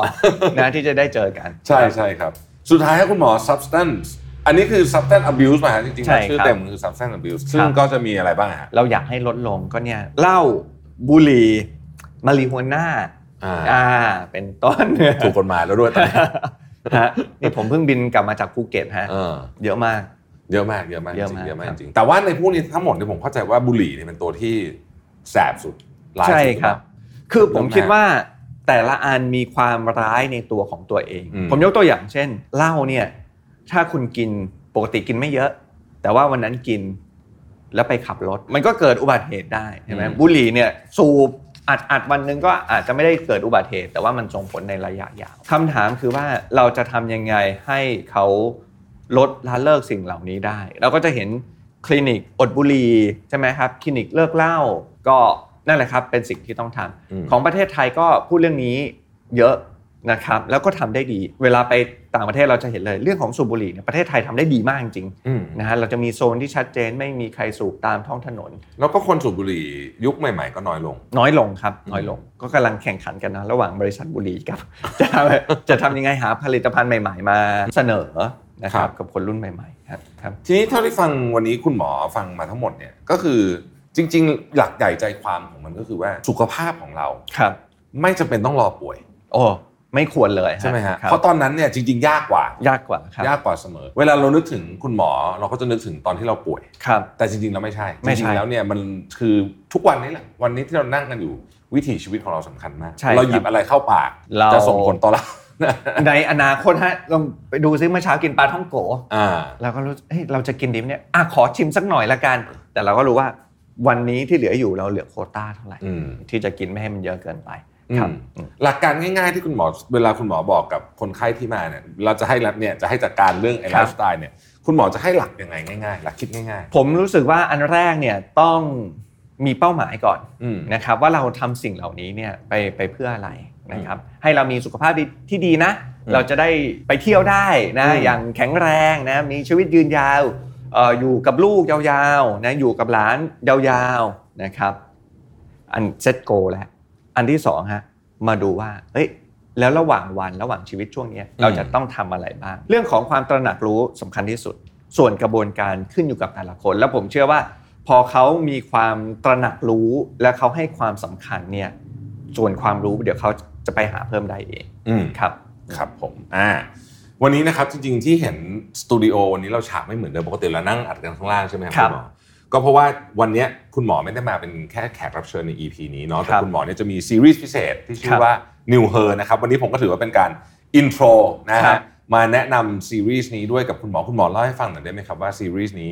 B: นะ ที่จะได้เจอกัน
A: ใช่ใช่ครับ สุดท้ายครับคุณหมอ substance อันนี้คือ substance abuse มาฮะจริงๆ
B: ใช่
A: แล้ว
B: ครับ
A: ชื่อเต็มมันคือ substance abuse
B: ครับ
A: ซึ่งก็จะมีอะไรบ้างฮะ
B: เราอยากให้ลดลงก็เนี่ยเหล้าบุหรี่มาริโฮน่า
A: อ่า
B: อ่าเป็นต้น
A: ถูกกฎหมายแล้วด้วยตอนนี้
B: ฮะนี่ผมเพิ่งบินกลับมาจากภูเก็ตฮะ
A: เออ
B: เยอะมาก
A: เยอะมากเยอะมากจริงๆ
B: เย
A: เย
B: อะมาม
A: อะาก ก
B: ครับ
A: จริงๆแต่ว่าในพวกนี้ทั้งหมดเนี่ยผมเข้าใจว่าบุหรี่เนี่ยเป็นตัวที่แสบสุดร้ายสุด
B: ใช่ครับ คือผม
A: เยอะมาก
B: คิดว่าแต่ละอันมีความร้ายในตัวของตัวเอง
A: อืม
B: ผมยกตัวอย่างเช่นเหล้าเนี่ยถ้าคุณกินปกติกินไม่เยอะ แต่ว่าวันนั้นกินแล้วไปขับรถ มันก็เกิดอุบัติเหตุได้ใช่ไหมบุหรี่เนี่ยสูบอัดอัดวันหนึงก็อาจจะไม่ได้เกิดอุบัติเหตุ แต่ว่ามันส่งผลในระยะยาวคำถามคือว่าเราจะทำยังไงให้เขาลดละเลิกสิ่งเหล่านี้ได้ เราก็จะเห็นคลินิกอดบุหรี่ใช่ไหมครับคลินิกเลิกเหล้าก็นั่นแหละครับเป็นสิ่งที่ต้องทำ
A: อืม
B: ของประเทศไทยก็พูดเรื่องนี้เยอะนะครับ แล้วก็ทำได้ดี เวลาไปต่างประเทศเราจะเห็นเลยเรื่องของสูบบุหรี่เนี่ยประเทศไทยทำได้ดีมากจริง
A: อืม
B: ๆนะฮะเราจะมีโซนที่ชัดเจนไม่มีใครสูบตามท้องถนน
A: แล้วก็คนสูบบุหรี่ยุคใหม่ ๆ ก็น้อยลง
B: น้อยลงครับ น้อยลงก็กำลังแข่งขันกันนะระหว่างบริษัทบุหรี่กับ จะทำจะทำยังไงหาผลิตภัณฑ์ใหม่ ๆ มาเสนอนะค
A: ครั
B: รับบ กับคนรุ่นใหม่ๆครับครับ
A: ทีนี้เท่าที่ฟังวันนี้คุณหมอฟังมาทั้งหมดเนี่ยก็คือจริง ๆ หลักใหญ่ใจความของมันก็คือว่าสุขภาพของเรา
B: ครับ
A: ไม่จำเป็นต้องรอป่วย
B: โอ้ไม่ควรเลย
A: ใช่ไหมฮะ
B: ครับ
A: เพราะตอนนั้นเนี่ยจริง ๆ ยากกว่า
B: ยากกว่าครับ
A: ยากกว่าเสมอ เวลาเรานึกถึงคุณหมอเราก็จะนึกถึงตอนที่เราป่วย
B: ครับ
A: แต่จริงๆแล้วไม่ใช่
B: ไม่ใช่
A: จริงๆแล้วเนี่ยมันคือทุกวันนี้แหละวันนี้ที่เรานั่งกันอยู่วิถีชีวิตของเราสำคัญมาก
B: ใช่ครับ
A: เราหยิบอะไรเข้าปาก
B: เรา
A: จะส่งผลต่อเรา
B: ในอนาคตฮะลองไปดูซิเมื่อเช้ากินปลาท่องโก
A: อ่า
B: เราก็รู้เฮ้ยเราจะกินดิมเนี่ยอ่ะขอชิมสักหน่อยละกัน แต่เราก็รู้ว่าวันนี้ที่เหลืออยู่เราเหลือโควต้าเท่าไหร่
A: อืม
B: ที่จะกินไม่ให้มันเยอะเกินไปครับ
A: อืม
B: อืม
A: หลักการง่ายๆที่คุณหมอเวลาคุณหมอบอกกับคนไข้ที่มาเนี่ยเราจะให้รับเนี่ยจะให้จัดการเรื่องไอ้ไลฟ์สไตล์เนี่ยคุณหมอจะให้หลักยังไงง่ายๆ หลักคิดง่าย
B: ผมรู้สึกว่าอันแรกเนี่ยต้องมีเป้าหมายก่อน
A: ๆ อืม
B: นะครับว่าเราทำสิ่งเหล่านี้เนี่ยไปไปเพื่ออะไรนะครับ ให้เรามีสุขภาพดีที่ดีนะ
A: อืม
B: เราจะได้ไปเที่ยวได้นะ
A: อืม
B: อย่างแข็งแรงนะมีชีวิตยืนยาวเอ่ออยู่กับลูกยาวๆนะอยู่กับหลานยาวๆนะครับ อันเซตโกแล้วอันที่สองฮะมาดูว่าเอ้ยแล้วระหว่างวันระหว่างชีวิตช่วงเนี้ยเราจะต้องทำอะไรบ้าง เรื่องของความตระหนักรู้สำคัญที่สุด ส่วนกระบวนการขึ้นอยู่กับแต่ละคน แล้วผมเชื่อว่า พอเขามีความตระหนักรู้และเขาให้ความสำคัญเนี่ยส่วนความรู้เดี๋ยวเขาจะไปหาเพิ่มได้เอง
A: อืม
B: ครับ
A: ครับผมอ่าวันนี้นะครับจริงๆที่เห็นสตูดิโอวันนี้เราฉากไม่เหมือนเดิมปกติเรานั่งอัดกันข้างล่างใช่ไหมค
B: ครั
A: รัคุ
B: บบ
A: ณหมอก็เพราะว่าวันเนี้ยคุณหมอไม่ได้มาเป็นแค่แขกรับเชิญใน EP นี้เนาะแต่
B: ครับ
A: คุณหมอเนี่ยจะมีซีรีส์พิเศษที่ชื่อว่า New Her นะครับวันนี้ผมก็ถือว่าเป็นการอินโทรนะ
B: ครั
A: ฮะ
B: บ
A: มาแนะนำซีรีส์นี้ด้วยกับคุณหมอคุณหมอเล่าให้ฟังหน่อยได้ไหมครับว่าซีรีส์นี้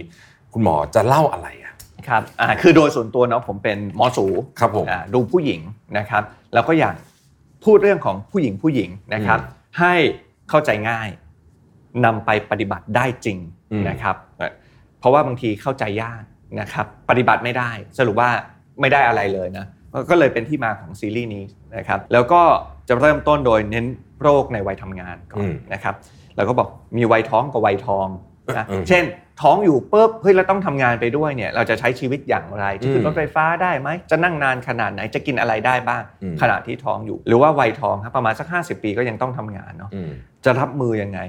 A: คุณหมอจะเล่าอะไรอ่ะ
B: ครับอ่าคือโดยส่วนตัวเนาะผมเป็นหมอสู
A: ครับผม
B: อ่าดูผู้หญิงนะครับแล้วก็อยากพูดเรื่องของผู้หญิงผู้หญิงนะครับ ให้เข้าใจง่ายนำไปปฏิบัติได้จริง
A: อืม
B: นะครับเอ่อเพราะว่าบางทีเข้าใจยากนะครับ ปฏิบัติไม่ได้ สรุปว่าไม่ได้อะไรเลยนะก็เลยเป็นที่มาของซีรีส์นี้นะครับ แล้วก็จะเริ่มต้นโดยเน้นโรคในวัยทำงานก่อนนะครับแล้วก็บอกมีวัยท้องกับวัยทองนะเช่น ท้องอยู่ปุ๊บเฮ้ยเราต้องทำงานไปด้วยเนี่ยเราจะใช้ชีวิตอย่างไร จะขึ้นรถไฟฟ้าได้ไหม จะนั่งนานขนาดไหน จะกินอะไรได้บ้าง
A: อืม
B: ขณะที่ท้องอยู่ หรือว่าวัยทองครับประมาณสัก 50 ปีก็ยังต้องทำงานเนาะ
A: อืม
B: จะรับมือยังไง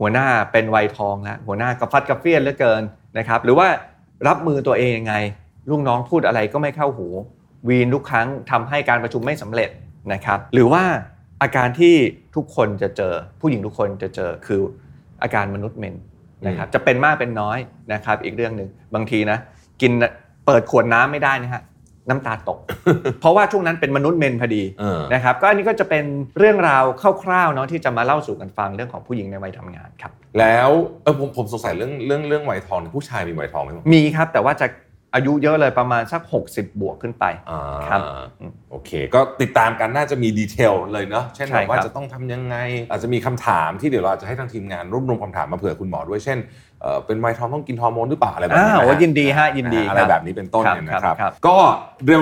B: หัวหน้าเป็นวัยทองแล้ว หัวหน้ากระฟัดกระเฟียดเหลือเกินนะครับ หรือว่ารับมือตัวเองยังไง ลูกน้องพูดอะไรก็ไม่เข้าหู วีนทุกครั้งทำให้การประชุมไม่สำเร็จนะครับ หรือว่าอาการที่ทุกคนจะเจอ ผู้หญิงทุกคนจะเจอคืออาการมนุษย์เมนนะครับ จะเป็นมากเป็นน้อยนะครับ อีกเรื่องหนึ่งบางทีนะ กินเปิดขวดน้ำไม่ได้นะฮะ น้ำตาตก เพราะว่าช่วงนั้นเป็นมนุษย์เมนพอดี
A: เออ
B: นะครับก็อันนี้ก็จะเป็นเรื่องราวคร่าวๆเนาะที่จะมาเล่าสู่กันฟังเรื่องของผู้หญิงในวัยทำงานครับ
A: แล้วเออผมผมสงสัยเรื่องเรื่องเรื่องวัยทองเนี่ยผู้ชายมีวัยทองไหม
B: มีครับแต่ว่าจะอายุเยอะเลยประมาณสัก 60 บวกขึ้นไป
A: อ่า
B: ครับ
A: โอเค ก็ติดตามกันน่าจะมีดีเทลเลยเนาะเช่นแบ
B: ใช่ครับ บ
A: ว่าจะต้องทำยังไง อาจจะมีคำถามที่เดี๋ยวเราอาจจะให้ทางทีมงานรวบรวมคำถามมาเผื่อคุณหมอด้วยเช่นเอ่อเป็นวัยทองต้องกินฮอร์โมนหรือเปล่าอะไรแบบ
B: อ่า
A: นี้นะฮะ
B: โอ้ยินดีฮะยินดี
A: นะฮะอะ
B: คบ
A: ไรแบบนี้เป็นต้น
B: ครับ
A: เนี่ยนะครับ
B: ครับ
A: ก็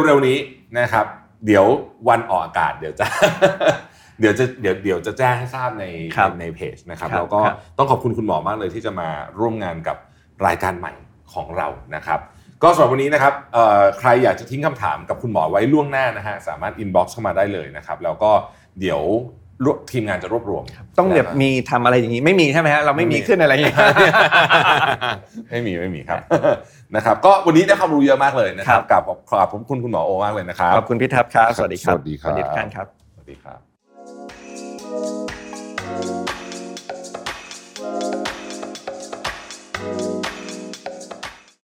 A: เร็วๆนี้นะครับ เดี๋ยววันออกอากาศเดี๋ยวจะ เดี๋ยวจะเดี๋ยวเดี๋ยวจะแจ้งให้ทราบใน
B: ครับ
A: ในเพจนะครับ
B: ครับ
A: แล้วก็
B: ครับ
A: ต้องขอบคุณคุณหมอมากเลยที่จะมาร่วมงานกับรายการใหม่ของเรานะครับ ก็สำหรับวันนี้นะครับเอ่อใครอยากจะทิ้งคำถามกับคุณหมอไว้ล่วงหน้านะฮะสามารถอินบ็อกซ์เข้ามาได้เลยนะครับ แล้วก็เดี๋ยวรวบทีมงานจะรวบรวม
B: ต้องแบบมีทำอะไรอย่างนี้ไม่มีใช่ไหมฮะเราไม่มีขึ้นอะไรอย่างนี้
A: ไม่มีไม่มีครับ นะครับ ก็วันนี้ได้ความรู้เยอะมากเลยนะครับกับขอบผมคุณคุณหมอโอมากเลยนะครับ
B: ขอบคุณพี่ทับครับ สวัสดีครับ
A: สวัสดีครับ
B: สวัสดีทุกท่านครับ
A: สวัสดีครับ